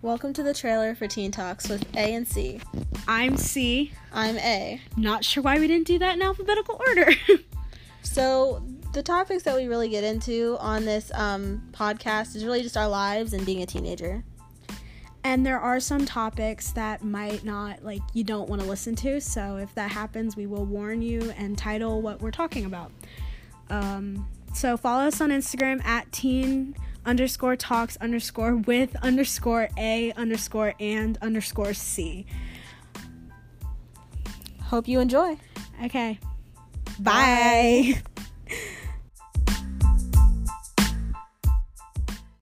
Welcome to the trailer for Teen Talks with A and C. I'm C. I'm A. Not sure why we didn't do that in alphabetical order. So, the topics that we really get into on this um, podcast is really just our lives and being a teenager. and there are some topics that might not, like, you don't want to listen to. So if that happens, we will warn you and title what we're talking about. Um, so follow us on Instagram at teen underscore talks underscore with underscore a underscore and underscore c. Hope you enjoy. Okay. Bye. Bye.